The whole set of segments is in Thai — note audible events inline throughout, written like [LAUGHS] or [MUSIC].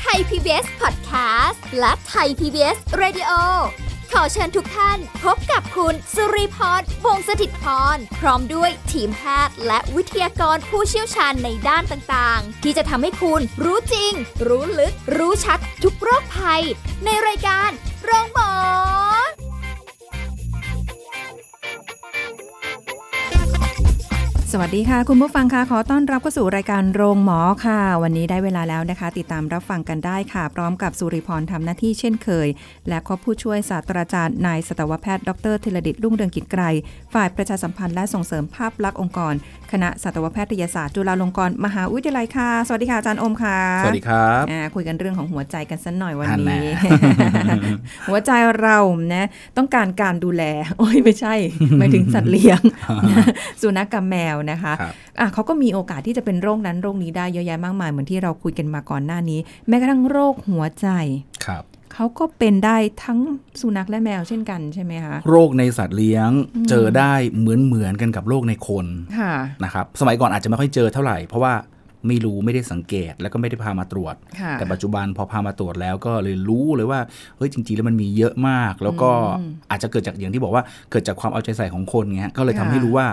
ไทย PBS Podcast และไทย PBS Radio ขอเชิญทุกท่านพบกับคุณสุริพรวงศสถิตพร พร้อมด้วยทีมแพทย์และวิทยากรผู้เชี่ยวชาญในด้านต่างๆ ที่จะทำให้คุณรู้จริง รู้ลึก รู้ชัดทุกโรคภัย ในรายการโรงพยาบาล สวัสดีค่ะ คุณผู้ฟังค่ะขอต้อนรับเข้าสู่รายการโรงหมอค่ะ วันนี้ได้เวลาแล้วนะคะ ติดตามรับฟังกันได้ค่ะ พร้อมกับสุริพรทำหน้าที่เช่นเคย และขอผู้ช่วยศาสตราจารย์นายสัตวแพทย์ดรธีรดิตลุ่งเรืองกิจไกรฝ่ายประชาสัมพันธ์และส่งเสริมภาพลักษณ์องค์กร คณะสัตวแพทยศาสตร์จุฬาลงกรณ์มหาวิทยาลัยค่ะ สวัสดีค่ะอาจารย์อมค่ะ สวัสดีครับ อ่าคุยกันเรื่องของหัวใจกันสักหน่อยวัน อันแน่ [LAUGHS] นี้ หัวใจเรานะต้องการการดูแล โอ้ยไม่ใช่ หมายถึงสัตว์เลี้ยง [LAUGHS] นะสุนัขกับแมวนะคะ ครับ อ่ะเขาก็มีโอกาสที่จะเป็นโรคนั้นโรคนี้ได้เยอะแยะมากมายเหมือนที่เราคุยกันมาก่อนหน้านี้ แม้กระทั่งโรคหัวใจ ครับ เขาก็เป็นได้ทั้งสุนัขและแมวเช่นกันใช่ไหมคะ โรคในสัตว์เลี้ยงเจอได้เหมือนเหมือนๆกันกับโรคในคน ค่ะ นะครับ สมัยก่อนอาจจะไม่ค่อยเจอเท่าไหร่ เพราะว่าไม่รู้ไม่ได้สังเกตแล้วก็ไม่ได้พามาตรวจ ค่ะ แต่ปัจจุบันพอพามาตรวจแล้วก็เลยรู้เลยว่าเฮ้ยจริงๆแล้วมันมีเยอะมาก แล้วก็ อืม อาจจะเกิดจากอย่างที่บอกว่าเกิดจากความเอาใจใส่ของคนไงฮะก็เลยทำ ค่ะ ให้รู้ว่า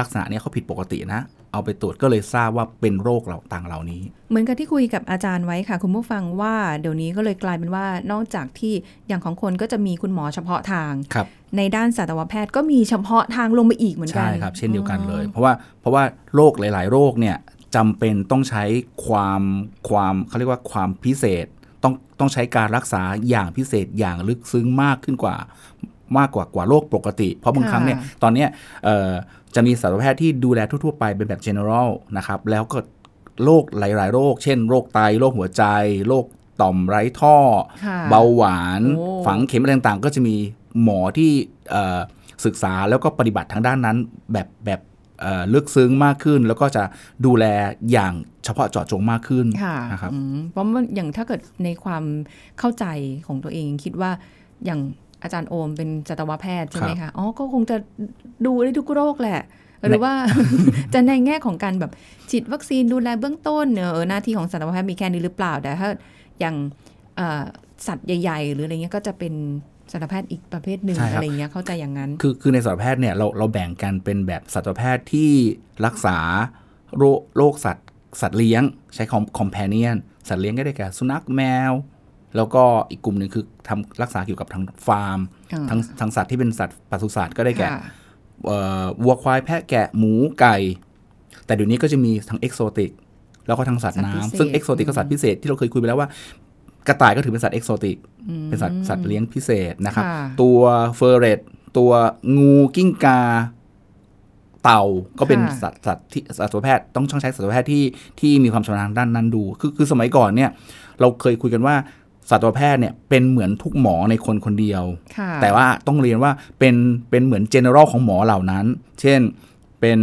ลักษณะเนี้ยเขาผิดปกตินะ เอาไปตรวจก็เลยทราบว่าเป็นโรคเหล่าต่างเหล่านี้ เหมือนกับที่คุยกับอาจารย์ไว้ค่ะ คุณผู้ฟังว่าเดี๋ยวนี้ก็เลยกลายเป็นว่านอกจากที่อย่างของคนก็จะมีคุณหมอเฉพาะทาง ครับ ในด้านสัตวแพทย์ก็มีเฉพาะทางลงไปอีกเหมือนกัน ใช่ครับ เช่นเดียวกันเลย เพราะว่าเพราะว่าโรคหลาย ๆ โรคเนี่ยจำเป็นต้องใช้ความความเขาเรียกว่าความพิเศษ ต้องต้องใช้การรักษาอย่างพิเศษอย่างลึกซึ้งมากขึ้นกว่ามากกว่ากว่าโรคปกติ เพราะบางครั้งเนี่ยตอนเนี้ยเอ่อจะมีสัตวแพทย์ที่ดูแลทั่ว ๆ ไปเป็นแบบ general นะครับแล้วก็โรคหลาย ๆ โรค เช่น โรคไตโรคหัวใจ โรคต่อมไร้ท่อ ค่ะ เบาหวาน โอ้ ฝังเข็มอะไรต่างๆ ก็จะมีหมอที่เอ่อศึกษาแล้วก็ปฏิบัติทางด้านนั้นแบบแบบเอ่อลึกซึ้งมากขึ้น แล้วก็จะดูแลอย่างเฉพาะเจาะจงมากขึ้น ค่ะ นะครับ อืมเพราะมันอย่างถ้าเกิดในความเข้าใจของตัวเองคิดว่าอย่างอาจารย์โอมเป็นสัตวแพทย์ใช่ไหมคะอ๋อก็คงจะดูได้ทุกโรคแห [LAUGHS] ละ หรือว่า จะในแง่ของการแบบฉีดวัคซีนดูแลเบื้องต้นเนอะเออหน้าที่ของสัตวแพทย์มีแค่นี้หรือเปล่าแต่ถ้าอย่างเอ่อสัตว์ใหญ่ ๆ หรืออะไรเงี้ยก็จะเป็นสัตวแพทย์อีกประเภทหนึ่ง ใช่ครับ อะไรเงี้ยเข้าใจอย่างนั้น คือคือในสัตวแพทย์เนี่ยเราเราแบ่งกันเป็นแบบสัตวแพทย์ที่รักษาโรคโรคสัตว์สัตว์เลี้ยงใช้คอมคอมเพเนียนสัตว์เลี้ยงก็ได้แก่สุนัขแมว แล้วก็อีกกลุ่มหนึ่งคือทำรักษาเกี่ยวกับทางฟาร์ม อ่า ทางทางสัตว์ที่เป็นสัตว์ปศุสัตว์ก็ได้แก่ ค่ะ เอ่อวัวควายแพะแกะหมูไก่ แต่เดี๋ยวนี้ก็จะมีทั้งเอกโซติกแล้วก็ทั้งสัตว์ สัตว์พิเศษ น้ำซึ่งเอกโซติก อืม กับสัตว์พิเศษที่เราเคยคุยไปแล้วว่ากระต่ายก็ถือเป็นสัตว์เอกโซติกเป็นสัตว์สัตว์เลี้ยงพิเศษนะครับ ค่ะ ตัวเฟอร์เรตตัวงูกิ้งกา เต่าก็เป็นสัตว์สัตว์ที่สัตวแพทย์ต้องช่างใช้สัตวแพทย์ที่ที่มีความชำนาญด้านนั้นดู คือคือสมัยก่อนเนี่ย เราเคยคุยกันว่าสัตวแพทย์เนี่ยเป็นเหมือนทุกหมอในคนคนเดียว ค่ะ แต่ว่าต้องเรียนว่าเป็นเป็นเหมือน general ของหมอเหล่านั้น เช่น เป็น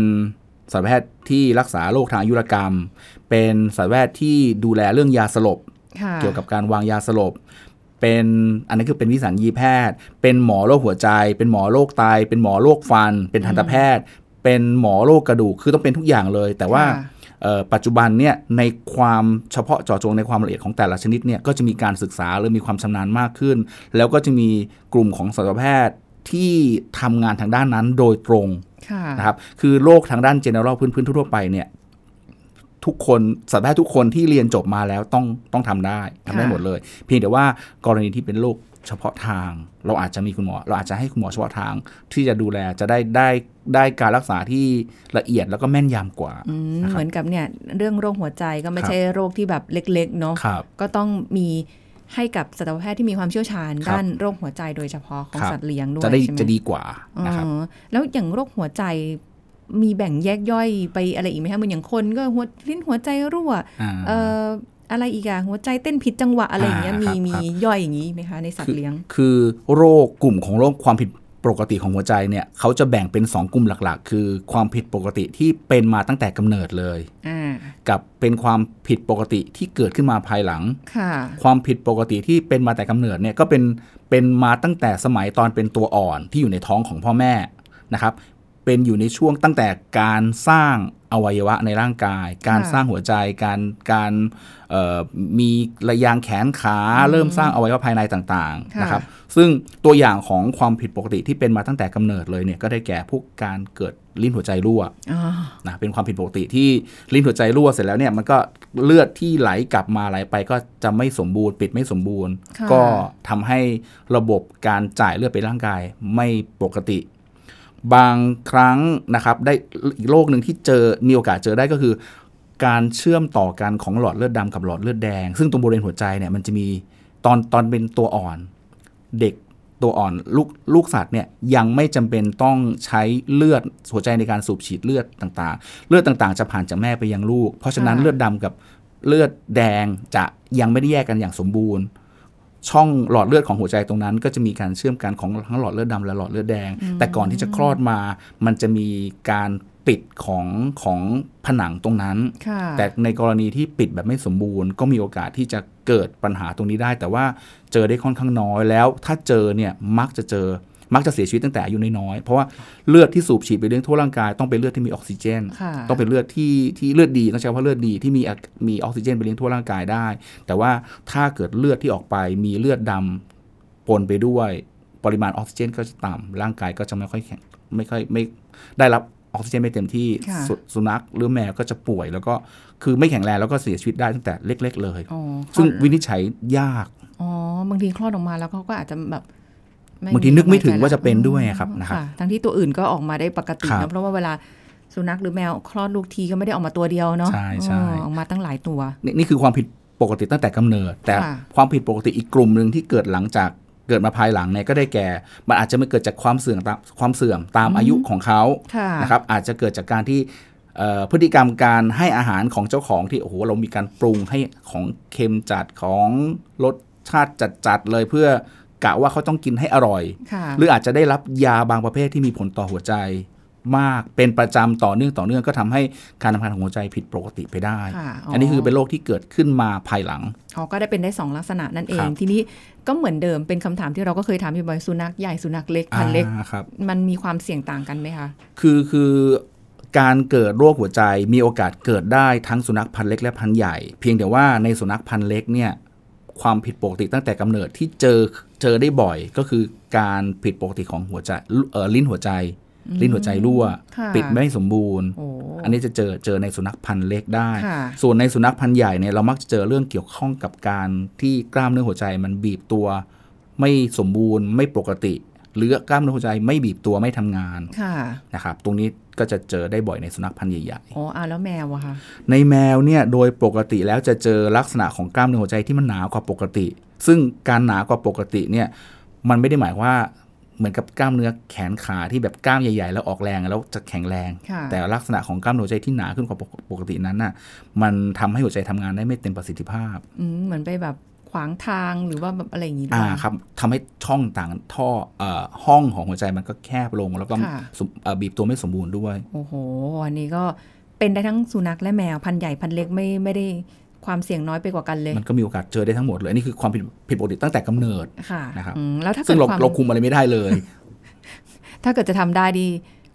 สัตวแพทย์ที่รักษาโรคทางอายุรกรรม เป็นสัตวแพทย์ที่ดูแลเรื่องยาสลบ ค่ะ เกี่ยวกับการวางยาสลบ เป็นอันนี้คือเป็นวิสัญญีแพทย์ เป็นหมอโรคหัวใจ เป็นหมอโรคไต เป็นหมอโรคฟัน เป็นทันตแพทย์ เป็นหมอโรคกระดูก คือต้องเป็นทุกอย่างเลย แต่ว่า ค่ะ เอ่อปัจจุบันเนี่ยในความเฉพาะเจาะจงในความละเอียดของแต่ละชนิดเนี่ยก็จะมีการศึกษาหรือมีความชำนาญมากขึ้น แล้วก็จะมีกลุ่มของสัตวแพทย์ที่ทำงานทางด้านนั้นโดยตรง ค่ะ นะครับคือโรคทางด้าน general พื้นพื้นๆทั่วๆไปเนี่ยทุกคนสัตวแพทย์ทุกคนที่เรียนจบมาแล้วต้องต้องทำได้ทำได้ ค่ะ หมดเลย เพียงแต่ว่ากรณีที่เป็นโรคเฉพาะทาง เราอาจจะมีคุณหมอ เราอาจจะให้คุณหมอเฉพาะทางที่จะดูแลจะได้ได้ได้การรักษาที่ละเอียดแล้วก็แม่นยำกว่า อืม นะครับ เหมือนกับเนี่ยเรื่องโรคหัวใจก็ไม่ ครับ ใช่โรคที่แบบเล็ก ๆ เนาะ ครับ ก็ต้องมีให้กับสัตวแพทย์ที่มีความเชี่ยวชาญ ครับ ด้านโรคหัวใจโดยเฉพาะของ ครับ สัตว์เลี้ยงด้วย จะได้ ใช่ไหม จะดีกว่า อ๋อ นะครับ แล้วอย่างโรคหัวใจมีแบ่งแยกย่อยไปอะไรอีกไหมคะเหมือนอย่างคนก็หัวลิ้นหัวใจรั่วเอ่ออะไรอีกอะหัวใจเต้นผิดจังหวะอะไรอย่างเงี้ย อ่า มี ครับ มี ครับ ย่อยอย่างนี้ไหมคะในสัตว์เลี้ยง คือโรคกลุ่มของโรคความผิดปกติของหัวใจเนี่ยเขาจะแบ่งเป็นสองกลุ่มหลักๆ คือความผิดปกติที่เป็นมาตั้งแต่กำเนิดเลย อ่า กับเป็นความผิดปกติที่เกิดขึ้นมาภายหลัง ค่ะ ความผิดปกติที่เป็นมาแต่กำเนิดเนี่ยก็เป็นเป็นมาตั้งแต่สมัยตอนเป็นตัวอ่อนที่อยู่ในท้องของพ่อแม่ นะครับเป็นอยู่ในช่วงตั้งแต่การสร้างอวัยวะในร่างกาย การ ค่ะ สร้างหัวใจการการเอ่อมีระยางแขนขาเริ่มสร้างอวัยวะภายในต่างๆ ค่ะ นะครับซึ่งตัวอย่างของความผิดปกติที่เป็นมาตั้งแต่กำเนิดเลยเนี่ยก็ได้แก่พวกการเกิดลิ้นหัวใจรั่ว อ๋อ นะเป็นความผิดปกติที่ลิ้นหัวใจรั่วเสร็จแล้วเนี่ยมันก็เลือดที่ไหลกลับมาไหลไปก็จะไม่สมบูรณ์ ปิดไม่สมบูรณ์ ค่ะ ก็ทำให้ระบบการจ่ายเลือดไปร่างกายไม่ปกติ บางครั้งนะครับได้อีกโรคหนึ่งที่เจอมีโอกาสเจอได้ก็คือ การเชื่อมต่อกันของหลอดเลือดดำกับหลอดเลือดแดง ซึ่งตรงบริเวณหัวใจเนี่ยมันจะมีตอนตอนเป็นตัวอ่อน เด็กตัวอ่อนลูกลูกสัตว์เนี่ยยังไม่จำเป็นต้องใช้เลือดหัวใจในการสูบฉีดเลือดต่างๆ เลือดต่างๆ จะผ่านจากแม่ไปยังลูก เพราะฉะนั้น ค่ะ เลือดดำกับเลือดแดงจะยังไม่ได้แยกกันอย่างสมบูรณ์ ช่องหลอดเลือดของหัวใจตรงนั้น ก็จะมีการเชื่อมกันของทั้งหลอดเลือดดำและหลอดเลือดแดง แต่ก่อนที่จะคลอดมา มันจะมีการปิดของของผนังตรงนั้น ค่ะ แต่ในกรณีที่ปิดแบบไม่สมบูรณ์ ก็มีโอกาสที่จะเกิดปัญหาตรงนี้ได้ แต่ว่าเจอได้ค่อนข้างน้อยแล้ว ถ้าเจอเนี่ยมักจะเจอมักจะเสียชีวิตตั้งแต่อายุน้อยๆเพราะว่าเลือดที่สูบฉีดไปเลี้ยงทั่วร่างกายต้องเป็นเลือดที่มีออกซิเจน ค่ะ ต้องเป็นเลือดที่ที่เลือดดีต้องใช้คำว่าเลือดดีที่มีอะมีออกซิเจนไปเลี้ยงทั่วร่างกายได้ แต่ว่าถ้าเกิดเลือดที่ออกไปมีเลือดดำปนไปด้วยปริมาณออกซิเจนก็จะต่ำร่างกายก็จะไม่ค่อยแข็งไม่ค่อยไม่ได้รับออกซิเจนไม่เต็มที่ ค่ะ สุสุนัขหรือแมวก็จะป่วย แล้วก็คือไม่แข็งแรงแล้วก็เสียชีวิตได้ตั้งแต่เล็ก ๆ เลย อ๋อคลอด ซึ่งวินิจฉัยยาก อ๋อบางทีคลอดออกมาแล้วเขาก็อาจจะแบบไ บางทีนึกไม่ถึงว่าจะเป็นด้วย อืม ครับนะครับ ทั้งที่ตัวอื่นก็ออกมาได้ปกติ ครับ นะเพราะว่าเวลาสุนัขหรือแมวคลอดลูกทีก็ไม่ได้ออกมาตัวเดียวเนาะ ใช่ใช่ เออออกมาตั้งหลายตัว นี่นี่คือความผิดปกติตั้งแต่กำเนิด แต่ ค่ะ ความผิดปกติอีกกลุ่มหนึ่งที่เกิดหลังจากเกิดมาภายหลังเนี่ยก็ได้แก่ มันอาจจะไม่เกิดจากความเสื่อมตามความเสื่อมตามอายุของเขา ค่ะ นะครับอาจจะเกิดจากการที่เอ่อพฤติกรรมการให้อาหารของเจ้าของที่โอ้โหเรามีการปรุงให้ของเค็มจัดของรสชาติจัดๆเลยเพื่อกะว่าเขาต้องกินให้อร่อย ค่ะ หรืออาจจะได้รับยาบางประเภทที่มีผลต่อหัวใจมากเป็นประจำต่อเนื่องต่อเนื่องก็ทำให้การทำงานของหัวใจผิดปกติไปได้ ค่ะ อันนี้คือเป็นโรคที่เกิดขึ้นมาภายหลัง อ๋อก็ได้เป็นได้ 2 ลักษณะนั่นเอ ค ง รับ ทีนี้ก็เหมือนเดิมเป็นคำถามที่เราก็เคยถามอยู่บ่อยสุนัขใหญ่สุนัขเล็กพันธุ์เล็ก อ่าครับ มันมีความเสี่ยงต่างกันไหมคะ คือคือการเกิดโรคหัวใจมีโอกาสเกิดได้ทั้งสุนัขพันธุ์เล็กและพันธุ์ใหญ่ เพียงแต่ว่าในสุนัขพันธุ์เล็กเนี่ยความผิดปกติตั้งแต่กำเนิดที่เจอเจอได้บ่อย ก็คือการผิดปกติของหัวใจเอ่อลิ้นหัวใจ ลิ้นหัวใจรั่ว ค่ะ ปิดไม่สมบูรณ์ โอ้ อันนี้จะเจอเจอในสุนัขพันธุ์เล็กได้ ค่ะ ส่วนในสุนัขพันธุ์ใหญ่เนี่ยเรามักจะเจอเรื่องเกี่ยวข้องกับการที่กล้ามเนื้อหัวใจมันบีบตัวไม่สมบูรณ์ ไม่ปกติ หรือกล้ามเนื้อหัวใจไม่บีบตัวไม่ทำงาน ค่ะ นะครับ ตรงนี้ก็จะเจอได้บ่อยในสุนัขพันธุ์ใหญ่ อ๋ออ่ะแล้วแมวอะค่ะ ๆในแมวเนี่ยโดยปกติแล้วจะเจอลักษณะของกล้ามเนื้อหัวใจที่มันหนากว่าปกติ ซึ่งการหนากว่าปกติเนี่ยมันไม่ได้หมายว่าเหมือนกับกล้ามเนื้อแขนขาที่แบบกล้ามใหญ่ ๆ แล้วออกแรงแล้วจะแข็งแรง ค่ะ แต่ลักษณะของกล้ามเนื้อหัวใจที่หนาขึ้นกว่าปกตินั้นน่ะ มันทำให้หัวใจทำงานได้ไม่เต็มประสิทธิภาพ อืมเหมือนไปแบบขวางทางหรือว่าแบบอะไรอย่างงี้ด้ว อ่าย ครับทำให้ช่องต่างท่อเอ่อห้องของหัวใจมันก็แคบลง แล้วก็ ค่ะ สมเอ่อบีบตัวไม่สมบูรณ์ด้วย โอ้โห อันนี้ก็เป็นได้ทั้งสุนัขและแมว พันธุ์ใหญ่พันธุ์เล็กไม่ไม่ได้ความเสี่ยงน้อยไปกว่ากันเลย มันก็มีโอกาสเจอได้ทั้งหมดเลยอันนี่คือความผิดผิดปกติตั้งแต่กำเนิด ค่ะ นะครับ อืมแล้วถ้า ซึ่ เกิดคงเราวาม เราคุมอะไรไม่ได้เลย ถ้าเกิดจะทำได้ดี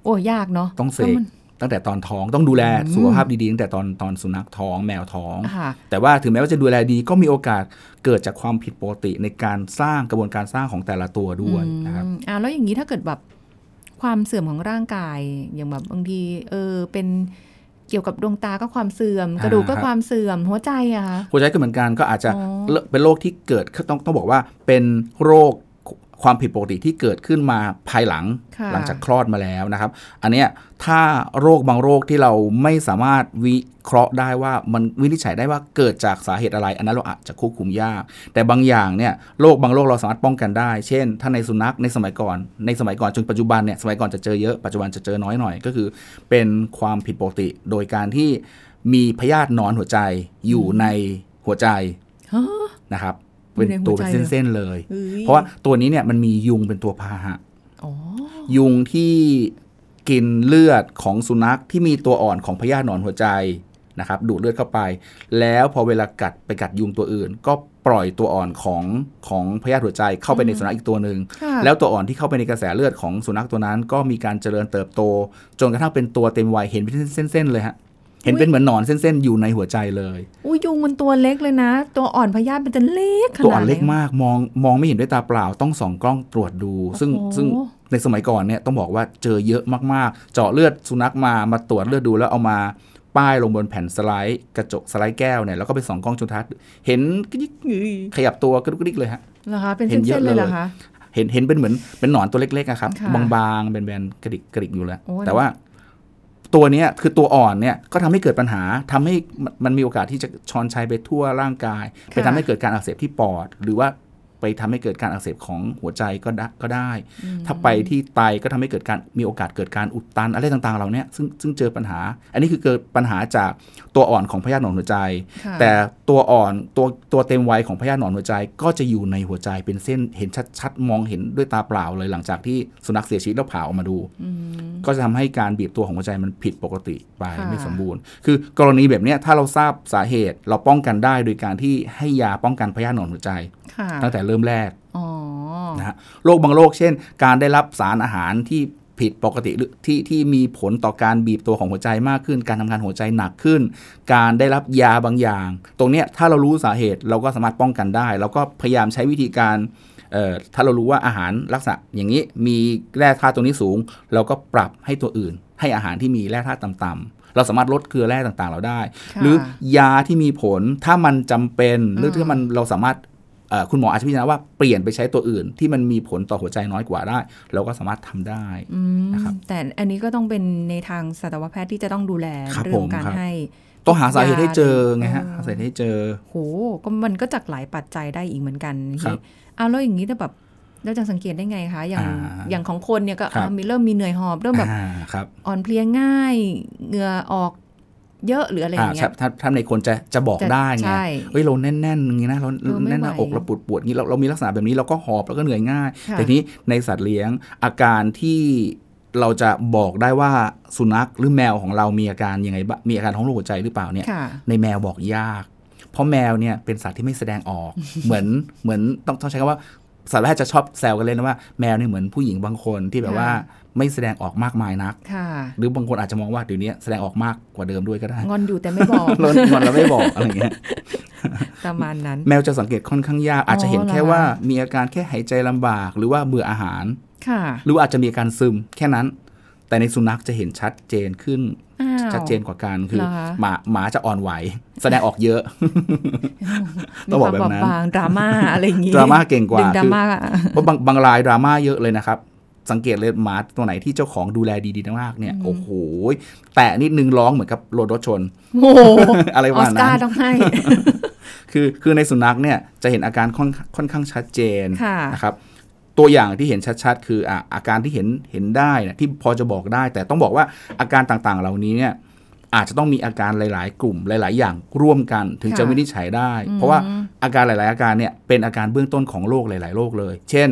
โอ้ยากเนาะ ต้องเส พ ก ราะมัน ตั้งแต่ตอนท้องต้องดูแล อืม สุขภาพดีๆตั้งแต่ตอนตอนสุนัขท้องแมวท้อง ค่ะ แต่ว่าถึงแม้ว่าจะดูแลดีก็มีโอกาสเกิดจากความผิดปกติในการสร้างกระบวนการสร้างของแต่ละตัวด้วยนะครับ อืมอ่าแล้วอย่างนี้ถ้าเกิดแบบความเสื่อมของร่างกายอย่างแบบบางทีเออเป็นเกี่ยวกับดวงตาก็ความเสื่อม อ่าก ระดูกก็ ครับ ความเสื่อมหัวใจอะคะ หัวใจก็เหมือนกันก็อาจจะ อ๋อ เลเป็นโรคที่เกิดต้องต้องบอกว่าเป็นโรคความผิดปกติที่เกิดขึ้นมาภายหลัง ค่ะ หลังจากคลอดมาแล้วนะครับ อันเนี้ยถ้าโรคบางโรคที่เราไม่สามารถวิเคราะห์ได้ว่ามันวินิจฉัยได้ว่าเกิดจากสาเหตุอะไร อันนั้นเราอาจจะควบคุมยาก แต่บางอย่างเนี่ยโรคบางโรคเราสามารถป้องกันได้ เช่น ถ้าในสุนัขในสมัยก่อน ในสมัยก่อนจนปัจจุบันเนี่ยสมัยก่อนจะเจอเยอะปัจจุบันจะเจอน้อยหน่อยก็คือ เป็นความผิดปกติ โดยการที่มีพยาธิหนอนหัวใจอยู่ในหัวใจ ฮะ นะครับ อยู่ เป็น ในหัว ตัวเป็น ใจเลย เส้นๆเลย อ้ย เพราะว่าตัวนี้เนี่ยมันมียุงเป็นตัวพาหะ อ๋อ ยุงที่กินเลือดของสุนัขที่มีตัวอ่อนของพยาธิหนอนหัวใจนะครับดูดเลือดเข้าไป แล้วพอเวลากัดไปกัดยุงตัวอื่น ก็ ปล่อยตัวอ่อนของของพยาธิหัวใจเข้าไปในสุนัขอีกตัวหนึ่ง ค่ะ แล้วตัวอ่อนที่เข้าไปในกระแสเลือดของสุนัขตัวนั้น ก็มีการเจริญเติบโต จนกระทั่งเป็นตัวเต็มวัยเห็นเป็นเส้นๆเลยฮะเห็นเป็นเหมือนหนอนเส้นๆอยู่ในหัวใจเลย อุ้ยยุงมันตัวเล็กเลยนะ ตัวอ่อนพยาธิมันจะเล็กขนาด ตัวอ่อนเล็ก ไห มากมองมองไม่เห็นด้วยตาเปล่าต้องส่องกล้องตรวจดู ซึ่ง โอ้โห ซึ่งในสมัยก่อนเนี่ยต้องบอกว่าเจอเยอะมากๆ เจาะเลือดสุนัขมามาตรวจเลือดดูแล้วเอามาป้ายลงบนแผ่นสไลด์กระจกสไลด์แก้วเนี่ยแล้วก็ไปส่องกล้องจุลทรรศน์เห็นกระดิกขยับตัวกระดุกกระดิกเลยฮะ เหรอคะเป็น เห็นเย เส้ อะ นๆเลยเหรอ เลย คะ เห็นเห็นเป็นเหมือนเป็นหนอนตัวเล็กๆอะครับ ค่ะ บางๆเป็นแบนๆกระดิกกระดิกอยู่แล้ว โอ้ย แต่ว่าตัวเนี้ยคือตัวอ่อนเนี่ยก็ทำให้เกิดปัญหาทำให้มันมันมีโอกาสที่จะชอนชัยไปทั่วร่างกาย ไปทำให้เกิดการอักเสบที่ปอด หรือว่าไปทำให้เกิดการอักเสบของหัวใจก็ได้ก็ได้ อืม ถ้าไปที่ไตก็ทำให้เกิดการมีโอกาสเกิดการอุดตันอะไรต่างๆ เราเนี้ยซึ่งซึ่งเจอปัญหา อันนี้คือเกิดปัญหาจากตัวอ่อนของพยาธิหนอนหัวใจ ค่ะ แต่ตัวอ่อนตัวตัวเต็มวัยของพญาหนอนหัวใจก็จะอยู่ในหัวใจเป็นเส้นเห็นชัดๆ มองเห็นด้วยตาเปล่าเลยหลังจากที่สุนัขเสียชีวิตแล้วผ่าออกมาดู อืม ก็จะทำให้การบีบตัวของหัวใจมันผิดปกติไป ค่ะ ไม่สมบูรณ์ คือกรณีแบบเนี้ยถ้าเราทราบสาเหตุเราป้องกันได้โดยการที่ให้ยาป้องกันพยาหนอนหัวใจ ค่ะ ตั้งแต่เริ่มแรก อ๋อ นะฮะโรคบางโรคเช่น การได้รับสารอาหารที่ผิดปกติหรือที่ที่มีผลต่อการบีบตัวของหัวใจมากขึ้น การทำงานหัวใจหนักขึ้น การได้รับยาบางอย่าง ตรงเนี้ยถ้าเรารู้สาเหตุเราก็สามารถป้องกันได้ แล้วก็พยายามใช้วิธีการเอ่อถ้าเรารู้ว่าอาหารลักษณะอย่างนี้มีแร่ธาตุตัวนี้สูง เราก็ปรับให้ตัวอื่น ให้อาหารที่มีแร่ธาตุต่ำๆเราสามารถลดเกลือแร่ต่างๆ เราได้ ค่ะ หรือยาที่มีผลถ้ามันจำเป็นหรือถ้ามันเราสามารถเอ่อคุณหมออาจจะพิจารณาว่าเปลี่ยนไปใช้ตัวอื่น ที่มันมีผลต่อหัวใจน้อยกว่าได้ เราก็สามารถทำได้ อืม นะครับ แต่อันนี้ก็ต้องเป็นในทางสัตวแพทย์ที่จะต้องดูแล ครับ เรื่อ ผ ง ม การ ครับ ให้ ต้องหาสาเหตุให้เจอไงฮะ เออ หาสาเหตุให้เจอ โหก็มันก็จากหลายปัจจัยได้อีกเหมือนกัน ครันี่บเอาแล้วอย่างนี้ถ้าแบบเราจะสังเกตได้ไงคะ อย่าง อ่า อย่างของคนเนี่ยก็ ครับ อ่ามีเริ่มมีเหนื่อยหอบ เริ่มแบบ อ่าครับ อ่อนเพลียง่ายเหงื่อออกเยอะหรืออะไรอ อ่า ย่าง ค เงี้ รับ ย ถ้าถ้าในคนจะจะบอก จะ ได้ไง ใช่ เอ้ยเราแน่นๆอย่างนี้นะเรา เออไม่ไหว แน่นหน้าอกเราปวดปวดๆอย่างนี้เราเรามีลักษณะแบบนี้เราก็หอบแล้วก็เหนื่อยง่าย ค่ะ แต่ทีนี้ในสัตว์เลี้ยงอาการที่เราจะบอกได้ว่าสุนัขหรือแมวของเรามีอาการยังไงบ้างมีอาการของโรคหัวใจหรือเปล่าเนี่ย ค่ะ ในแมวบอกยาก เพราะแมวเนี่ยเป็นสัตว์ที่ไม่แสดงออก [LAUGHS] เหมือนเหมือนต้องต้องใช้คำว่าสัตวแพทย์จะชอบแซวกันเล่นนะว่าแมวเนี่ยเหมือนผู้หญิงบางคนที่แบบว่า ค่ะ ไม่แสดงออกมากมายนัก ค่ะ หรือบางคนอาจจะมองว่าเดี๋ยวนี้แสดงออกมากกว่าเดิมด้วยก็ได้ งอนอยู่แต่ไม่บอก [LAUGHS] เราเราเราไม่บอกอะไรอย่างเงี้ย [LAUGHS] ประมาณนั้น แมวจะสังเกตค่อนข้างยาก อาจจะเห็นแค่ว่ามีอาการแค่หายใจลำบาก หรือว่าเบื่ออาหาร ค่ะ หรือว่าอาจจะมีอาการซึมแค่นั้น แต่ในสุนัขจะเห็นชัดเจนขึ้น อ้าว ชัดเจนกว่ากันคือ เหรอคะ หมาหมาจะอ่อนไหว แสดงออก [LAUGHS] เยอะ มี ต้องบอก ควม แบบนั้น บางดรา [LAUGHS] ม่าอะไรอย่างงี้ ดราม่าเก่งกว่า ดึงดรา คือ ม่า ว่าบางบางรายดราม่าเยอะเลยนะครับ สังเกตเลยหมาตัวไหนที่เจ้าของดูแลดีๆมากๆเนี่ย อืม โอ้โหแตะนิดนึงร้องเหมือนกับโดนรถชน [LAUGHS] โอ้โห อะไร อ วะ อ มา ส ณ กา นั้ ร์ น ต้องให้ คือคือในสุนัขเนี่ยจะเห็นอาการค่อนค่อนข้างชัดเจน ค่ะ นะครับตัวอย่างที่เห็นชัดๆ คืออ่ะอาการที่เห็นเห็นได้นะที่พอจะบอกได้ แต่ต้องบอกว่าอาการต่างๆเหล่านี้เนี่ยอาจจะต้องมีอาการหลายๆ กลุ่มหลาย ๆ อย่างร่วมกันถึงจะ ค่ะ วินิจฉัยได้ เพราะว่า อืม อาการหลาย ๆ อาการเนี่ยเป็นอาการเบื้องต้นของโรคหลาย ๆ โรคเลย เช่น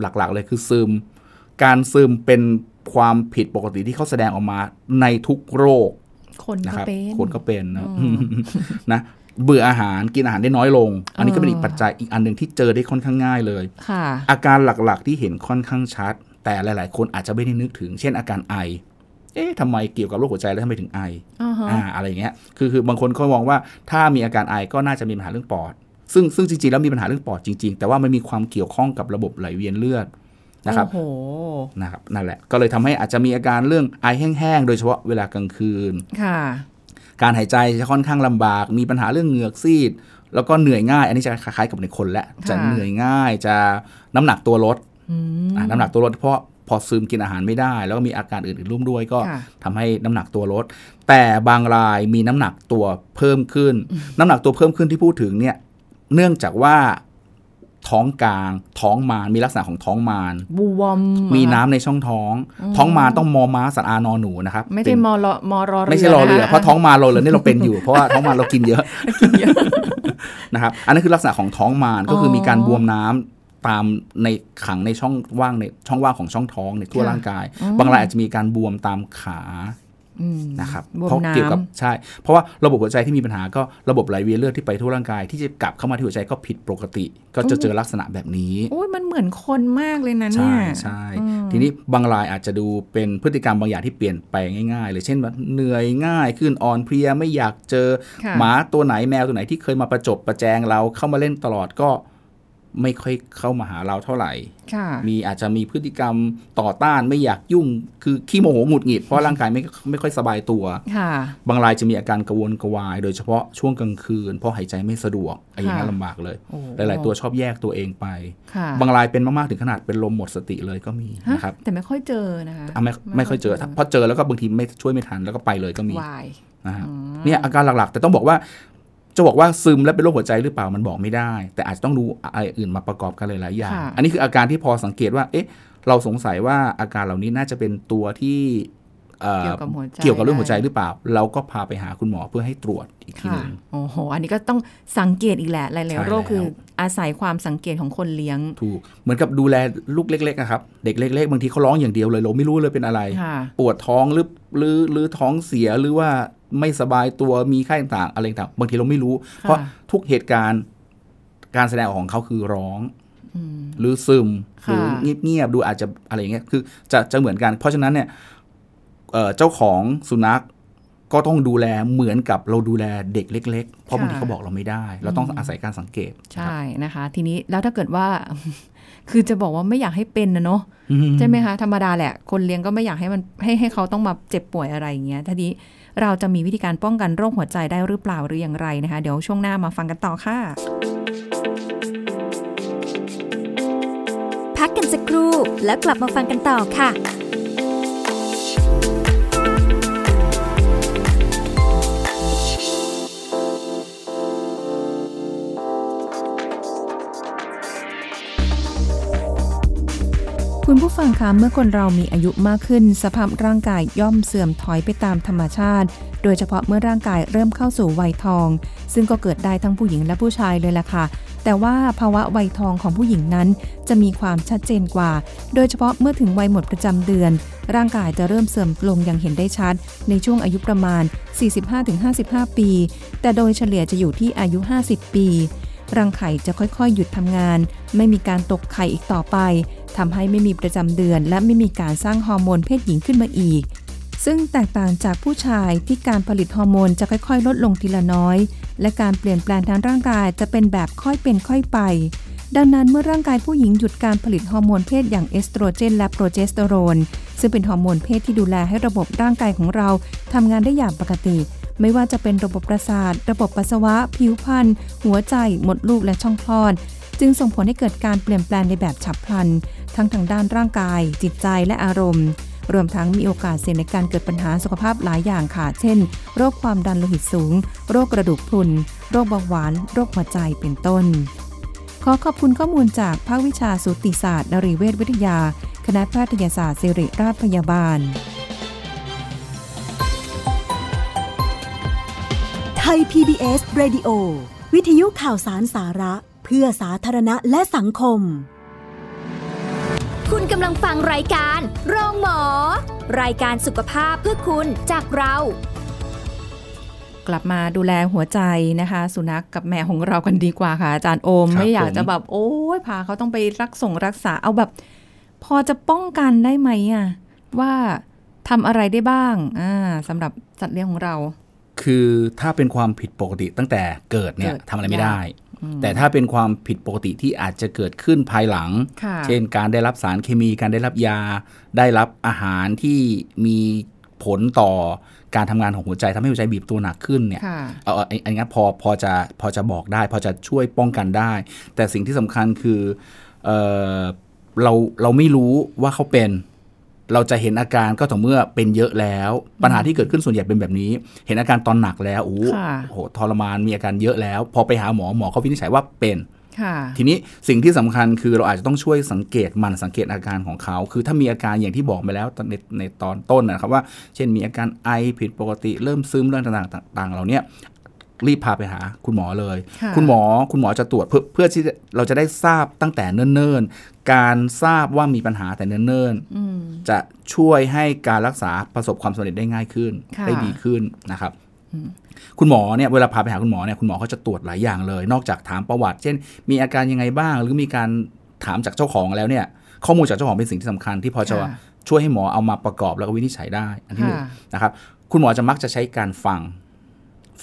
หลัก ๆ เลยคือซึม การซึมเป็นความผิดปกติที่เขาแสดงออกมาในทุกโรค คน นะ ก็ ครับ เป็น คนก็เป็นนะ อืม [LAUGHS] นะเบื่ออาหารกินอาหารได้น้อยลง อันนี้ก็เป็นอีก เออ ปัจจัยอีกอันหนึ่งที่เจอได้ค่อนข้างง่ายเลย ค่ะ อาการหลัก ๆ ที่เห็นค่อนข้างชัด แต่หลาย ๆ คนอาจจะไม่ได้นึกถึง เช่น อาการไอ เอ๊ะทำไมเกี่ยวกับโรคหัวใจแล้วทำไมถึงไอ อ่าฮะ อ่าอะไรอย่างเงี้ย คือคือบางคนเขามองว่าถ้ามีอาการไอก็น่าจะมีปัญหาเรื่องปอด ซึ่งซึ่งจริงๆแล้วมีปัญหาเรื่องปอดจริง ๆ แต่ว่ามันมีความเกี่ยวข้องกับระบบไหลเวียนเลือดนะครับ โอ้โห นะครับนั่นแหละ ก็เลยทำให้อาจจะมีอาการเรื่องไอแห้งๆ โดยเฉพาะเวลากลางคืน ค่ะ การหายใจจะค่อนข้างลำบาก มีปัญหาเรื่องเหงือกซีด แล้วก็เหนื่อยง่าย อันนี้จะคล้ายๆกับในคนแหละ จะ ค่ะ เหนื่อยง่าย จะน้ำหนักตัวลด อืม อ่ะน้ำหนักตัวลดเพราะพอซึมกินอาหารไม่ได้ แล้วก็มีอาการอื่นๆร่วมด้วยก็ ค่ะ ทำให้น้ำหนักตัวลด แต่บางรายมีน้ำหนักตัวเพิ่มขึ้น น้ำหนักตัวเพิ่มขึ้นที่พูดถึงเนี่ยเนื่องจากว่าท้องกลาง ท้องมารมีลักษณะของท้องมาร บูวอมเหรอ มีน้ำ คะ ในช่องท้อง อืม ท้องมารต้องมอม้าสัตว์อานอหนูนะครับ ไม่ใช่ เป็น มอรอมอรอเรือ ไม่ใช่รอเรือ นค เพราะท้องมารรอเรือนี่เราเป็นอยู่ เพราะว่าท้องมารเรากินเยอะ [LAUGHS] นะครับอันนั้นคือลักษณะของท้องมารก็คือมีการบวมน้ำตามในขังในช่องว่างในช่องว่างของช่องท้องในทั่วร่างกาย บางรายอาจจะมีการบวมตามขา อืม นะครับ บวมเพราะ น้ เกี่ยวกับใช่ เพราะว่าระบบหัวใจที่มีปัญหาก็ระบบไหลเวียนเลือดที่ไปทั่วร่างกาย ที่จะกลับเข้ามาที่หัวใจก็ผิดปกติ ก็จะเจอลักษณะแบบนี้ ำโอ้ยมันเหมือนคนมากเลยนะเนี่ ใช่ ย ใช่ อืม ทีนี้บางรายอาจจะดูเป็นพฤติกรรมบางอย่างที่เปลี่ยนไปง่ายๆเลยเช่นว่าเหนื่อยง่ายขึ้นอ่อนเพลียไม่อยากเจอ ค่ะ หมาตัวไหนแมวตัวไหนที่เคยมาประจบประแจงเราเข้ามาเล่นตลอดก็ไม่ค่อยเข้ามาหาเราเท่าไหร่ ค่ะ มีอาจจะมีพฤติกรรมต่อต้านไม่อยากยุ่ง คือขี้โมโหหงุดหงิดเพราะร่างกายไม่ไม่ค่อยสบายตัว ค่ะ บางรายจะมีอาการกระวนกระวาย โดยเฉพาะช่วงกลางคืน เพราะหายใจไม่สะดวกอันนี้น่า ค่ะ ลำบากเลย โอ้ หลาย ๆ ตัวชอบแยกตัวเองไป ค่ะ บางรายเป็นมาก ๆ ถึงขนาดเป็นลมหมดสติเลยก็มี ฮะ นะครับ แต่ไม่ค่อยเจอนะคะ อ่ะไม่ไม่ค่อยเจอถ้าพอเจอแล้วก็บางทีไม่ช่วยไม่ทันแล้วก็ไปเลยก็มี วาย นะฮะ อืม เนี่ยอาการหลัก ๆ แต่ต้องบอกว่า จะบอกว่าซึมและเป็นโรคหัวใจหรือเปล่ามันบอกไม่ได้ แต่อาจจะต้องดูอะไรอื่นมาประกอบกันหลายๆอย่าง อันนี้คืออาการที่พอสังเกตว่า เอ๊ะ เราสงสัยว่าอาการเหล่านี้น่าจะเป็นตัวที่เอ่อ เกี่ยวกับหัวใจ เกี่ยวกับเรื่องหัวใจ ได้ หรือเปล่า เราก็พาไปหาคุณหมอเพื่อให้ตรวจอีกทีห ค่ะ นึ่ง โอ้โห อันนี้ก็ต้องสังเกตอีกแหละ หลาย ใช่ ๆโรคคือ แล้ว อาศัยความสังเกตของคนเลี้ยง ถูกเหมือนกับดูแลลูกเล็กๆนะครับเด็กเล็กๆบางทีเขาร้องอย่างเดียวเลยเราไม่รู้เลยเป็นอะไร ค่ะ ปวดท้องหรือหรือหรือท้องเสียหรือว่าไม่สบายตัวมีไข้ต่างๆอะไรต่างบางทีเราไม่รู้ เพราะทุกเหตุการณ์การแสดงออกของเขาคือร้อง อืม หรือซึมห ค่ะ รือเงียบๆดูอาจจะอะไรอย่างเงี้ยคือจะจะเหมือนกัน เพราะฉะนั้นเนี่ยเอ่อเจ้าของสุนัขก็ต้องดูแลเหมือนกับเราดูแลเด็กเล็ก ๆ เพราะบางทีเขาบอกเราไม่ได้ เราต้องอาศัยการสังเกตนะครับ ใช่นะคะ ทีนี้แล้วถ้าเกิดว่า [LAUGHS] คือจะบอกว่าไม่อยากให้เป็นนะเนาะ ใช่ไหมคะ ธรรมดาแหละ คนเลี้ยงก็ไม่อยากให้มันให้ให้เขาต้องมาเจ็บป่วยอะไรอย่างเงี้ยทีนี้เราจะมีวิธีการป้องกันโรคหัวใจได้หรือเปล่าหรืออย่างไรนะคะ เดี๋ยวช่วงหน้ามาฟังกันต่อค่ะ พักกันสักครู่แล้วกลับมาฟังกันต่อค่ะ คุณผู้ฟังคะเมื่อคนเรามีอายุมากขึ้น สภาพร่างกายย่อมเสื่อมถอยไปตามธรรมชาติ โดยเฉพาะเมื่อร่างกายเริ่มเข้าสู่วัยทอง ซึ่งก็เกิดได้ทั้งผู้หญิงและผู้ชายเลยล่ะค่ะ แต่ว่าภาวะวัยทองของผู้หญิงนั้นจะมีความชัดเจนกว่า โดยเฉพาะเมื่อถึงวัยหมดประจำเดือน ร่างกายจะเริ่มเสื่อมลงอย่างเห็นได้ชัด ในช่วงอายุประมาณ 45-55 ปี แต่โดยเฉลี่ยจะอยู่ที่อายุ 50 ปี รังไข่จะค่อยๆ หยุดทำงาน ไม่มีการตกไข่อีกต่อไปทำให้ไม่มีประจำเดือน และไม่มีการสร้างฮอร์โมนเพศหญิงขึ้นมาอีก ซึ่งแตกต่างจากผู้ชายที่การผลิตฮอร์โมนจะค่อยๆ ลดลงทีละน้อย และการเปลี่ยนแปลงทางร่างกายจะเป็นแบบค่อยเป็นค่อยไป ดังนั้นเมื่อร่างกายผู้หญิงหยุดการผลิตฮอร์โมนเพศอย่างเอสโตรเจน และโปรเจสเตอโรน ซึ่งเป็นฮอร์โมนเพศที่ดูแลให้ระบบร่างกายของเราทำงานได้อย่างปกติ ไม่ว่าจะเป็นระบบประสาท ระบบปัสสาวะ ผิวพรรณ หัวใจ หมดลูก และช่องคลอด จึงส่งผลให้เกิดการเปลี่ยนแปลงในแบบฉับพลัน ทั้งทางด้านร่างกาย จิตใจ และอารมณ์ รวมทั้งมีโอกาสเสี่ยงในการเกิดปัญหาสุขภาพหลายอย่างค่ะ เช่น โรคความดันโลหิตสูง โรคกระดูกพรุน โรคเบาหวาน โรคหัวใจ เป็นต้น ขอขอบคุณข้อมูลจากภาควิชาสูติศาสตร์นรีเวชวิทยา คณะแพทยศาสตร์ศิริราชพยาบาล ไทย PBS Radio วิทยุข่าวสารสาระ เพื่อสาธารณะและสังคม คุณกำลังฟังรายการโรงหมอ รายการสุขภาพเพื่อคุณจากเรา กลับมาดูแลหัวใจนะคะ สุนัขกกับแมวของเรากันดีกว่าค่ะ อาจารย์โอม ครับ ไม่อยาก ผม จะแบบโอ้ยพาเขาต้องไปรักส่งรักษาเอาแบบ พอจะป้องกันได้ไหมอ่ะว่าทำอะไรได้บ้างอ่าสำหรับสัตว์เลี้ยงของเรา คือถ้าเป็นความผิดปกติตั้งแต่เกิดเนี่ย เกิด ทำอะไรไม่ได้ อืม แต่ถ้าเป็นความผิดปกติที่อาจจะเกิดขึ้นภายหลัง ค่ะ เช่นการได้รับสารเคมีการได้รับยา ได้รับอาหารที่มีผลต่อการทำงานของหัวใจทำให้หัวใจบีบตัวหนักขึ้นเนี่ย ค่ะ เอาเอาอันอันนี้พอพอจะพอจะบอกได้ พอจะช่วยป้องกันได้ แต่สิ่งที่สำคัญคือเออเราเราไม่รู้ว่าเขาเป็น เราจะเห็นอาการก็ต่อเมื่อเป็นเยอะแล้ว ปัญหาที่เกิดขึ้นส่วนใหญ่เป็นแบบนี้ เห็นอาการตอนหนักแล้วโอ้โห ค่ะ โหทรมานมีอาการเยอะแล้ว พอไปหาหมอหมอเขาวินิจฉัยว่าเป็น ค่ะ ทีนี้สิ่งที่สำคัญคือเราอาจจะต้องช่วยสังเกตมันสังเกตอาการของเขา คือถ้ามีอาการอย่างที่บอกไปแล้วตอนในในตอนต้นนะครับว่า เช่นมีอาการไอผิดปกติเริ่มซึมเรื่องต่างๆต่างๆเหล่าเนี้ย รีบพาไปหาคุณหมอเลย ค่ะ คุณหมอคุณหมอจะตรวจเพื่อเพื่อที่จะเราจะได้ทราบตั้งแต่เนิ่นๆ การทราบว่ามีปัญหาแต่เนิ่น อืม ๆ จะช่วยให้การรักษาประสบความสำเร็จได้ง่ายขึ้น ค่ะ ได้ดีขึ้นนะครับ คุณหมอเนี่ยเวลาพาไปหาคุณหมอเนี่ยคุณหมอเขาจะตรวจหลายอย่างเลย นอกจากถามประวัติ เช่น มีอาการยังไงบ้าง หรือมีการถามจากเจ้าของแล้วเนี่ย ข้อมูลจากเจ้าของเป็นสิ่งที่สำคัญที่พอจะ ค่ะ ช่วยให้หมอเอามาประกอบแล้วก็วินิจฉัยได้อันที่หนึ่ง ค่ะ นะครับคุณหมอจะมักจะใช้การฟัง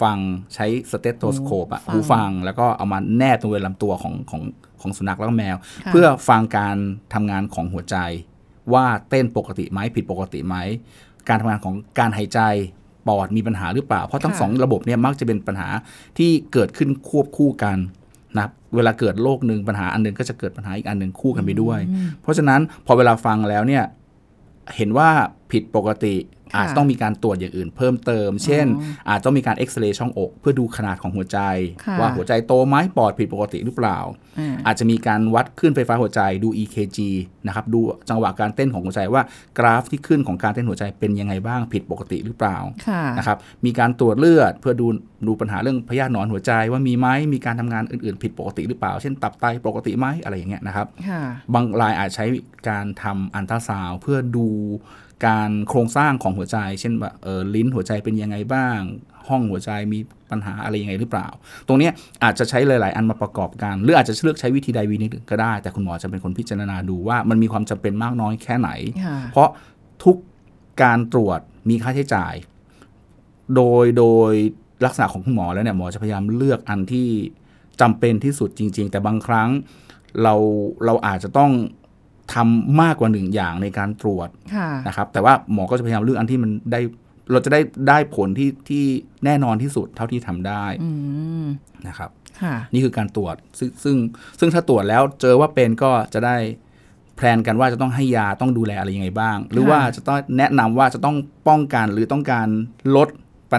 ฟังใช้สเตตโทสโคปอะ ฟัง หูฟังแล้วก็เอามาแนบตรงบริเวณลำตัวของของของสุนัขแล้วก็แมว ค่ะ เพื่อฟังการทำงานของหัวใจ ว่าเต้นปกติไหมผิดปกติไหม การทำงานของการหายใจปอดมีปัญหาหรือเปล่า เพราะทั้ง ค่ะ สองระบบเนี่ยมักจะเป็นปัญหาที่เกิดขึ้นควบคู่กันนะครับเวลาเกิดโรคหนึ่งปัญหาอันหนึงก็จะเกิดปัญหาอีกอันหนึ่งคู่กันไปด้วย อืม เพราะฉะนั้นพอเวลาฟังแล้วเนี่ยเห็นว่าผิดปกติ ค่ะ อาจจะต้องมีการตรวจอย่างอื่นเพิ่มเติม เช่น อ๋อ อาจจะต้องมีการเอ็กซเรย์ช่องอก เพื่อดูขนาดของหัวใจ ค่ะ ว่าหัวใจโตไหมปอดผิดปกติหรือเปล่า อ่า อาจจะมีการวัดขึ้นไฟฟ้าหัวใจดู EKG นะครับดูจังหวะการเต้นของหัวใจว่ากราฟที่ขึ้นของการเต้นหัวใจเป็นยังไงบ้างผิดปกติหรือเปล่า ค่ะ นะครับมีการตรวจเลือดเพื่อดูดูปัญหาเรื่องพยาธิหนอนหัวใจว่ามีไหมมีการทำงานอื่นๆ ผิดปกติหรือเปล่า เช่นตับไตปกติไหมอะไรอย่างเงี้ยนะครับ ค่ะ บางรายอาจใช้การทำอันตราซาวด์เพื่อดูการโครงสร้างของหัวใจ เช่นว่าเออลิ้นหัวใจเป็นยังไงบ้าง ห้องหัวใจมีปัญหาอะไรยังไงหรือเปล่า ตรงเนี้ยอาจจะใช้หลาย ๆ อันมาประกอบกันหรืออาจจะเลือกใช้วิธีใดวิธีหนึ่งก็ได้ แต่คุณหมอจะเป็นคนพิจารณาดูว่ามันมีความจำเป็นมากน้อยแค่ไหน ค่ะ เพราะทุกการตรวจมีค่าใช้จ่าย โดยโดยลักษณะของคุณหมอแล้วเนี่ยหมอจะพยายามเลือกอันที่จำเป็นที่สุดจริง ๆ แต่บางครั้งเราเราอาจจะต้องทำมากกว่าหนึ่งอย่างในการตรวจ ค่ะ นะครับ แต่ว่าหมอก็จะพยายามเลือกอันที่มันได้เราจะได้ได้ผลที่ที่แน่นอนที่สุดเท่าที่ทำได้ อืม นะครับ ค่ะ นี่คือการตรวจซึ่งซึ่งซึ่งถ้าตรวจแล้วเจอว่าเป็นก็จะได้แพลนกันว่าจะต้องให้ยาต้องดูแลอะไรยังไงบ้าง หรือ ค่ะ ว่าจะต้องแนะนำว่าจะต้องป้องกันหรือต้องการลด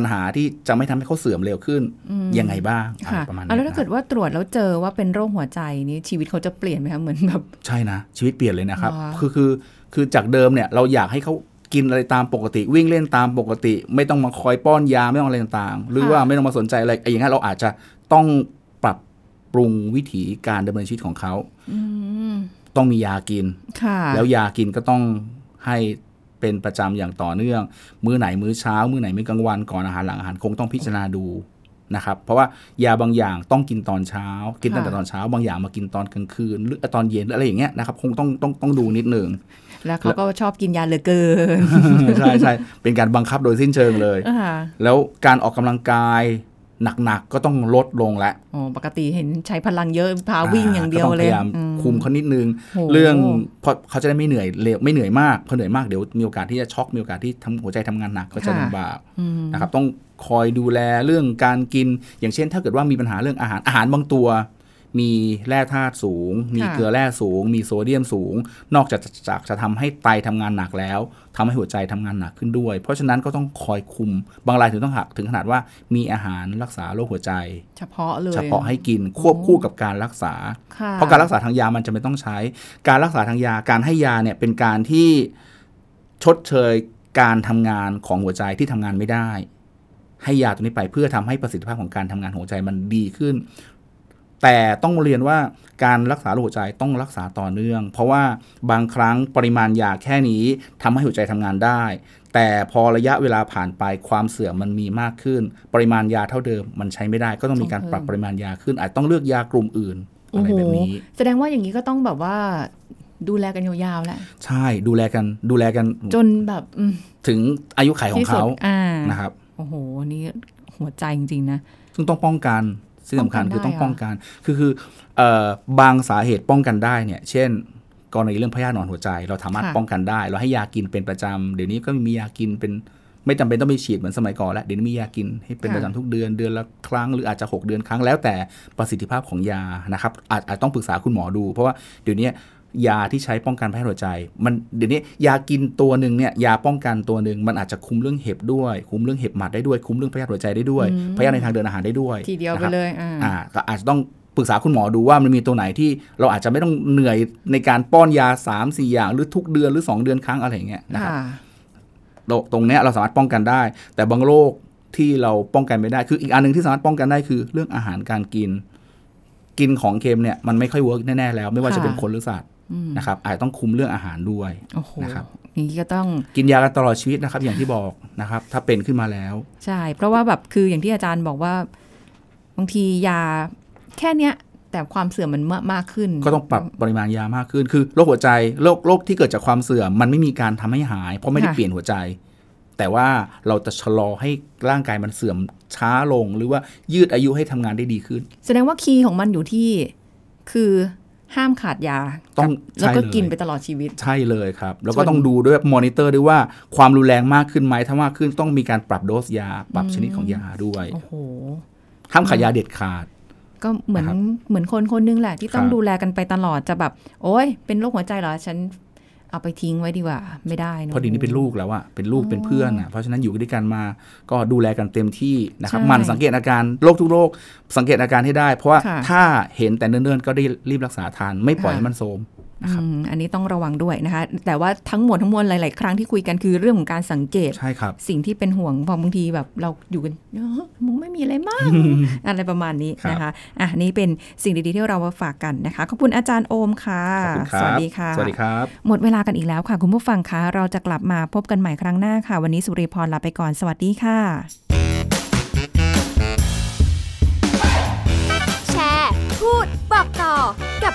ปัญหาที่จะไม่ทำให้เขาเสื่อมเร็วขึ้น อืม ยังไงบ้างอะไร ค่ะ ประมาณ เอา นี้ แล้วถ้าเกิ น ดว่าตรวจแล้วเจอว่าเป็นโรคหัวใจนี้ชีวิตเขาจะเปลี่ยนไหมคะเหมือนแบบ ะใช่นะชีวิตเปลี่ยนเลยนะครับ เหรอ คือคือคือจากเดิมเนี่ยเราอยากให้เขากินอะไรตามปกติ วิ่งเล่นตามปกติ ไม่ต้องมาคอยป้อนยาไม่ต้องอะไรต่างๆ หรือ ค่ะ ว่าไม่ต้องมาสนใจอะไรไอ้อย่างนั้นเราอาจจะต้องปรับปรุงวิถีการดำเนินชีวิตของเขา อืม ต้องมียากิน ค่ะ แล้วยากินก็ต้องให้เป็นประจำอย่างต่อเนื่อง มื้อไหนมื้อเช้า มื้อไหนมื้อกลางวันก่อนอาหารหลังอาหารคงต้องพิจารณาดูนะครับ เพราะว่ายาบางอย่างต้องกินตอนเช้า กินตั้งแต่ ค่ะ ตอนเช้า บางอย่างมากินตอนกลางคืนหรือตอนเย็นหรืออะไรอย่างเงี้ยนะครับคงต้องต้องต้องดูนิดหนึ่ง [LAUGHS] แล้วเขาก็ชอบกินยาเหลือเกิน ใช่ใช่เป็นการบังคับโดยสิ้นเชิงเลย อ่า แล้วการออกกำลังกายหนักๆก็ต้องลดลงและ อ๋อปกติเห็นใช้พลังเยอะพาวิ่งอย่างเดียว ก็ต้ เล พ ย ยายาม อืม คุมเขานิดนึง โห เรื่องเพราะเขาจะได้ไม่เหนื่อยเร็วไม่เหนื่อยมากเพอเหนื่อยมากเดี๋ยวมีโอกาสที่จะช็อกมีโอกาสที่ทำหัวใจทำงานหนักก็จะ ค่ะ ลำบาก อืม นะครับต้องคอยดูแลเรื่องการกิน อย่างเช่น ถ้าเกิดว่ามีปัญหาเรื่องอาหารอาหารบางตัว มีแร่ธาตุสูง มี ค่ะ เกลือแร่สูง มีโซเดียมสูง นอกจากจะจะจะทำให้ไตทำงานหนักแล้วทำให้หัวใจทำงานหนักขึ้นด้วย เพราะฉะนั้นก็ต้องคอยคุม บางรายถึงต้องหักถึงขนาดว่ามีอาหารรักษาโรคหัวใจ เฉพาะเลย เฉพาะให้กินควบคู่กับการรักษา ค่ เพราะการรักษาทางยามันจะไม่ต้องใช้ การรักษาทางยา การให้ยาเนี่ยเป็นการที่ชดเชยการทำงานของหัวใจที่ทำงานไม่ได้ ให้ยาตัวนี้ไปเพื่อทำให้ประสิทธิภาพของการทำงานของหัวใจมันดีขึ้น แต่ต้องเรียนว่าการรักษาโรคหัวใจต้องรักษาต่อเนื่อง เพราะว่าบางครั้งปริมาณยาแค่นี้ทำให้หัวใจทำงานได้ แต่พอระยะเวลาผ่านไปความเสื่อมมันมีมากขึ้น ปริมาณยาเท่าเดิมมันใช้ไม่ได้ ก็ต้องมีการปรับปริมาณยาขึ้น อาจต้องเลือกยากลุ่มอื่นอะ โอ้ ไร โห แบบนี้ แสดงว่าอย่างนี้ก็ต้องแบบว่า ดูแลกันยาวๆแหละ ใช่ดูแลกันดูแลกัน จนแบบอืม ถึงอายุขัยของ ที่สุด เขา อ่า นะครับ โอ้โหนี่หัวใจจริงๆนะ ซึ่งต้องป้องกันสิ่งสำคัญ ป้องกัน คือต้อง ได้ ป้องกัน คือคือเอ่อบางสาเหตุป้องกันได้เนี่ย เช่น กรณีเรื่องพยาธิหนอนหัวใจ เราสามารถ ค่ะ ป้องกันได้ เราให้ยากินเป็นประจำเดี๋ยวนี้ก็มียากินเป็นไม่จำเป็นต้องไปฉีดเหมือนสมัยก่อนแล้วเดี๋ยวนี้มียากินให้เป็นประจำทุกเดือนเดือนละครั้งหรืออาจจะหกเดือนครั้งแล้วแต่ประสิทธิภาพของยานะครับอาจอาจต้องปรึกษาคุณหมอดู เพราะว่าเดี๋ยวนี้ยาที่ใช้ป้องกันพยาธิหัวใจ มันเดี๋ยวนี้ยากินตัวหนึ่งเนี่ยยาป้องกันตัวหนึ่งมันอาจจะคุมเรื่องเห็บด้วย คุมเรื่องเห็บหมัดได้ด้วย คุมเรื่องพยาธิหัวใจได้ด้วย อืม พยาธิในทางเดินอาหารได้ด้วย ทีเดียวไปเลยอ่า อ่าก็อาจจะต้องปรึกษาคุณหมอดูว่ามันมีตัวไหนที่เราอาจจะไม่ต้องเหนื่อยในการป้อนยา 3 4 อย่างหรือทุกเดือนหรือ 2 เดือนครั้งอะไรอย่างเงี้ยนะครับ ค่ะ ตรงตรงเนี้ยเราสามารถป้องกันได้ แต่บางโรค ที่เราป้องกันไม่ได้ คืออีกอันหนึ่งที่สามารถป้องกันได้คือเรื่องอาหารการกิน กินของเค็มเนี่ยมันไม่ค่อยเวิร์กแน่ๆแล้ว ไม่ว่าจะเป็นคนหรือสัตว์ อืม นะครับอาจจะต้องคุมเรื่องอาหารด้วย โอ้โห นะครับ อย่างนี้ก็ต้อง กินยากันตลอดชีวิตนะครับ อย่างที่บอกนะครับ ถ้าเป็นขึ้นมาแล้ว ใช่ เพราะว่าแบบคืออย่างที่อาจารย์บอกว่า บางทียาแค่เนี้ย แต่ความเสื่อมมันมากมากขึ้น ก็ต้องปรับปริมาณยามากขึ้น คือโรคหัวใจโรคโรคที่เกิดจากความเสื่อมมันไม่มีการทำให้หาย เพราะไม่ได้ ค่ะ เปลี่ยนหัวใจ แต่ว่าเราจะชะลอให้ร่างกายมันเสื่อมช้าลง หรือว่ายืดอายุให้ทำงานได้ดีขึ้น แสดงว่าคีย์ของมันอยู่ที่คือห้ามขาดยา ต้อง กับแล้วก็ ใช่เลย กินไปตลอดชีวิต ใช่เลยครับ แล้วก็ ส่วน ต้องดูด้วยมอนิเตอร์ด้วยว่าความรุนแรงมากขึ้นไหมถ้ามากขึ้นต้องมีการปรับโดสยา ปรับชนิดของยาด้วย โอ้โห ห้ามขายยาเด็ดขาด ก็เหมือน นะครับ เหมือนคนคนหนึงแหละที่ต้อง ครับ ดูแลกันไปตลอดจะแบบ โอ้ยเป็นโรคหัวใจเหรอ ฉันเอาไปทิ้งไว้ดีกว่า ไม่ได้นะ เพราะดีนี้เป็นลูกแล้วอะเป็นลูก อ๋อ เป็นเพื่อนอะเพราะฉะนั้นอยู่ด้วยกันมาก็ดูแลกันเต็มที่นะครับ ใช่ หมันสังเกตอาการโรคทุกโรคสังเกตอาการให้ได้ เพราะว่า ค่ะ ถ้าเห็นแต่เนิ่นๆก็ได้รีบรักษาทานไม่ปล่อยให้มันโทรม นะครับ อืมอันนี้ต้องระวังด้วยนะคะ แต่ว่าทั้งหมดทั้งมวลหลาย ๆ ครั้งที่คุยกันคือเรื่องของการสังเกต ใช่ครับ สิ่งที่เป็นห่วงบางทีแบบเราอยู่กันเออมึงไม่มีอะไรมาก [LAUGHS] อะไรประมาณนี้ ครับ นะคะอ่ะนี่เป็นสิ่งดี ๆ ที่เรามาฝากกันนะคะ ขอบคุณอาจารย์โอมค่ะ ขอบคุณคสรับวัสดีค่ะ สวัสดีครับ หมดเวลากันอีกแล้วค่ะ คุณผู้ฟังคะเราจะกลับมาพบกันใหม่ครั้งหน้าค่ะ วันนี้สุริพรลาไปก่อนสวัสดีค่ะ แชร์ พูด บอกต่อ ก